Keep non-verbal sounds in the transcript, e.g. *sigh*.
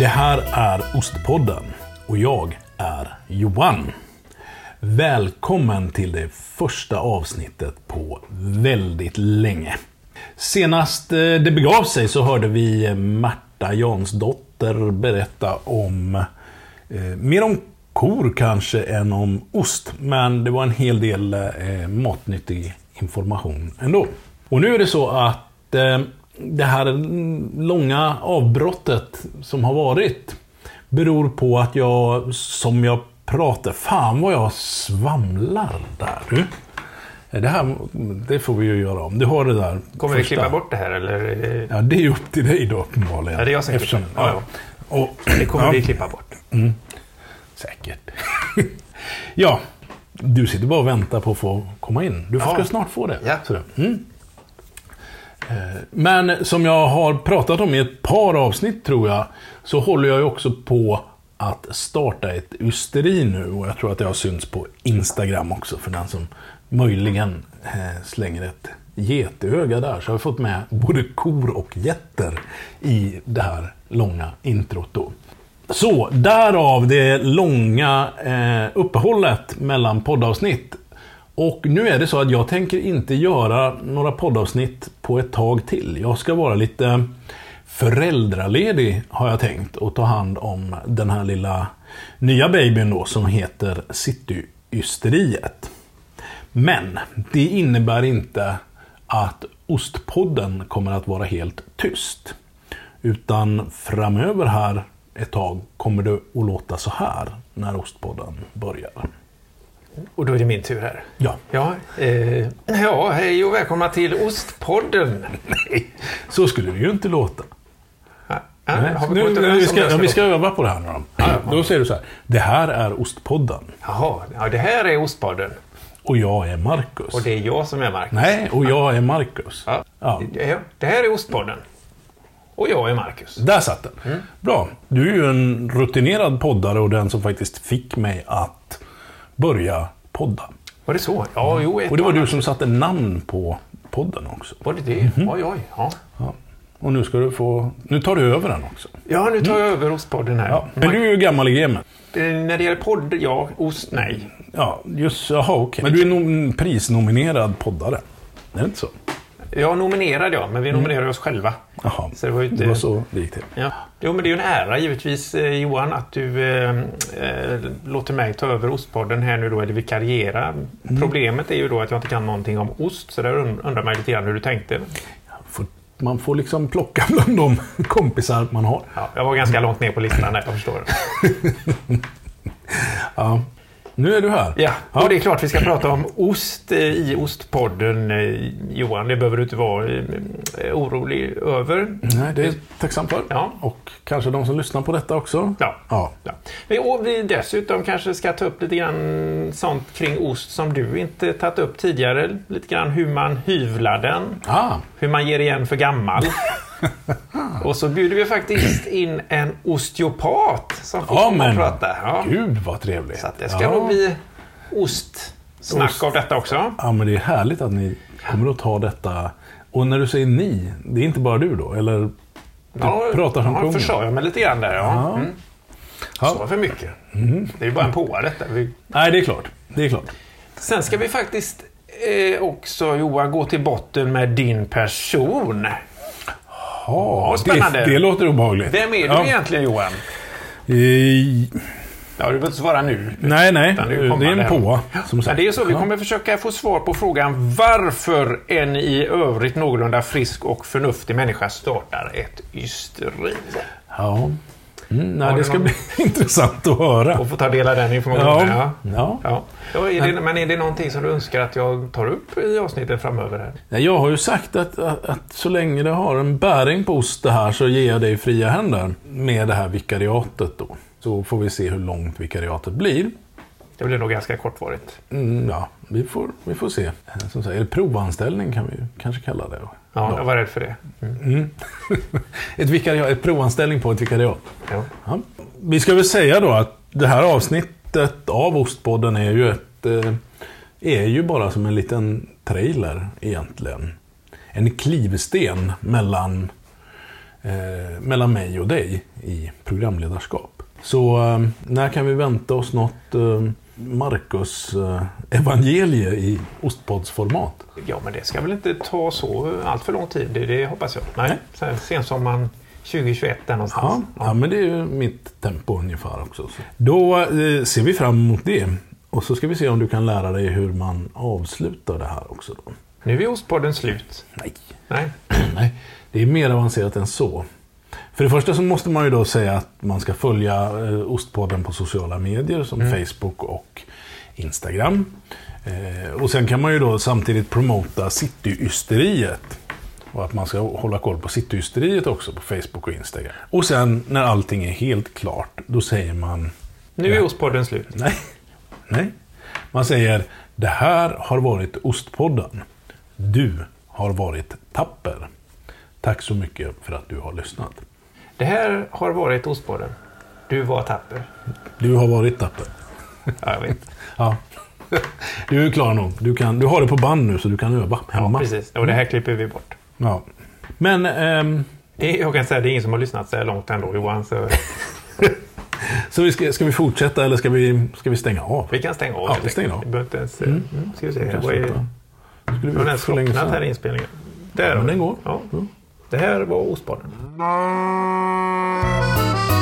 Det här är Ostpodden och jag är Johan. Välkommen till det första avsnittet på väldigt länge. Senast eh, det begav sig så hörde vi Märta Jansdotter berätta om eh, mer om kor kanske än om ost. Men det var en hel del eh, matnyttig information ändå. Och nu är det så att eh, det här långa avbrottet som har varit beror på att jag, som jag pratar, fan vad jag svamlar där du. Det här det får vi ju göra om. Du har det där. Kommer vi första- klippa bort det här eller? eh, Ja, det är ju upp till dig då uppenbarligen. Ja, det är jag som klipper. Ja, ja. Och, *clears throat* Det kommer ja, vi klippa bort. Säkert. *laughs* ja, du sitter bara och väntar på att få komma in. Du ska snart få det. Ja. Sådär. Mm. Eh, Men som jag har pratat om i ett par avsnitt tror jag, så håller jag ju också på att starta ett ysteri nu. Och jag tror att det har synts på Instagram också för den som möjligen eh, slänger ett getöga där. Så jag har fått med både kor och getter i det här långa introt då. Så, därav det långa eh, uppehållet mellan poddavsnitt. Och nu är det så att jag tänker inte göra några poddavsnitt på ett tag till. Jag ska vara lite föräldraledig har jag tänkt och ta hand om den här lilla nya babyn då som heter Cityysteriet. Men det innebär inte att Ostpodden kommer att vara helt tyst. Utan framöver här ett tag kommer det att låta så här när Ostpodden börjar. Och då är det min tur här. Ja, Ja, eh, ja hej och välkomna till Ostpodden. så skulle det ju inte låta. Ja, ja, Nej, har vi nu, kommit nu, överens vi, om ska, det ja, ska vi ska vara? öva på det här nu då. Då säger du så här. Det här är Ostpodden Jaha, ja, det här är Ostpodden. och jag är Marcus. Och det är jag som är Marcus. Nej, och jag är Marcus. Ja. Ja. Ja, Det här är Ostpodden. Och jag är Marcus. Där satt den. Mm. Bra. Du är ju en rutinerad poddare och den som faktiskt fick mig att börja podda. Var det så? Ja, jo. ett Mm. Och det var du annat. som satte namn på podden också. Var det det? Mhm. Oj, oj. Ja. Ja. Och nu ska du få... Nu tar du över den också. ja, nu tar jag över Ostpodden här. Mm. Ja. Men du är ju gammal i gamet. Eh, När det gäller podd, ja. Ost, nej. Ja, just... Jaha, okej. Men du är nom- prisnominerad poddare. Är det inte så? Ja, nominerad ja, men vi Mm. nominerar oss själva. Jaha. Så det var ju inte... Det var så det gick till. Ja. Jo, men det är ju en ära givetvis eh, Johan att du eh, eh, låter mig ta över Ostpodden här nu då, eller vikariera. Problemet är ju då att jag inte kan någonting om ost, så där und- undrar man ju lite grann hur du tänkte. Får- Man får liksom plocka *laughs* bland de kompisar man har. Ja, jag var ganska långt ner på listan där, jag förstår. Ja. Nu är du här. Ja, och det är klart vi ska prata om ost eh, i Ostpodden, eh, Johan. Det behöver du inte vara eh, orolig över. Nej, det är jag tacksam för. Ja. Och kanske de som lyssnar på detta också. Ja. Ja. Ja. Vi- Och vi dessutom kanske ska ta upp lite grann sånt kring ost som du inte tagit upp tidigare. Lite grann hur man hyvlar den, Ah, hur man ger igen för *laughs* gammal. Och så bjuder vi faktiskt in en osteopat som får Ja, komma men och prata. Ja. gud vad trevligt. Så att det ska ja. nog bli ostsnack av detta också. ja, men det är härligt att ni kommer att ta detta. Och när du säger ni, det är inte bara du då? Eller du pratar som ja, kungen? försörjer mig lite grann där. Ja. Mm. Ja. Mm. Så för mycket. Det är ju bara en påa detta. Vi Nej, det är klart. Det är klart. Sen ska vi faktiskt eh, också Johan gå till botten med din person. Ja, spännande. Det, det låter obehagligt. Vem är du ja. egentligen Johan? I, Ja, du behöver inte svara nu. nej, nej. Utan det är ju Det är kommande en här. påa. Som Men sagt. det är ju så, vi Ja. kommer försöka få svar på frågan varför en i övrigt någorlunda frisk och förnuftig människa startar ett ysteri. Ja. Mm, nej, Har det du ska någon- bli *laughs* intressant att höra. Och få ta del av den Ja. informationen. Ja. Ja. Ja. Ja, är det, men är det någonting som du önskar att jag tar upp i avsnitten framöver? Här? Nej, Jag har ju sagt att, att, att så länge det har en bäring på ost det här så ger jag dig fria händer med det här vikariatet då. Så får vi se hur långt vikariatet blir. Det blir nog ganska kortvarigt. Mm, ja, vi får, vi får se. Eh, Som sagt, eller provanställning kan vi ju kanske kalla det. då. Ja, Jag var rädd för det. Mm. Ett, vikariat, ett provanställning på ett vikariat. Ja. Ja. Vi ska väl säga då att det här avsnittet konceptet av Ostpodden är ju, ett, eh, är ju bara som en liten trailer egentligen. En klivsten mellan, eh, mellan mig och dig i programledarskap. Så eh, när kan vi vänta oss något eh, Marcus-evangelie i Ostpodsformat? Ja, men det ska väl inte ta så allt för lång tid, det, det hoppas jag. Nej, sen sensommaren 2021 där Ja, någonstans. ja, men det är ju mitt tempo ungefär också. Så. Då eh, ser vi fram emot det. Och så ska vi se om du kan lära dig hur man avslutar det här också. Då. Nu är Ostpodden slut. Nej. Nej, *clears throat* Nej, det är mer avancerat än så. För det första så måste man ju då säga att man ska följa eh, Ostpodden på sociala medier som Facebook och Instagram. Eh, och sen kan man ju då samtidigt promota Cityysteriet. Och att man ska hålla koll på Cityysteriet också på Facebook och Instagram. Och sen när allting är helt klart, då säger man nu är Ostpodden slut. Nej. Nej. Man säger det här har varit Ostpodden. Du har varit tapper. Tack så mycket för att du har lyssnat. Det här har varit Ostpodden. Du var tapper. Du har varit tapper. Ja, jag vet. *laughs* Ja. *laughs* Du är klar nog. Du, kan, du har det på band nu så du kan öva hemma. Precis, och det här klipper vi bort. Ja. Men ehm, Det, jag kan säga det är ingen som har lyssnat så här långt ändå Johan, så så vi ska, ska vi fortsätta eller ska vi, ska vi stänga av? vi kan stänga av. Ja, helt vi stänger enkelt. Vi av. behöver inte ens... Mm, ska vi se. Det var ju- Skulle har den vi gjort ens för länge slocknat här i sedan. inspelningen. Där men har vi. den går. Mm. Ja. Jo. Det här var Ostpodden. Thank you.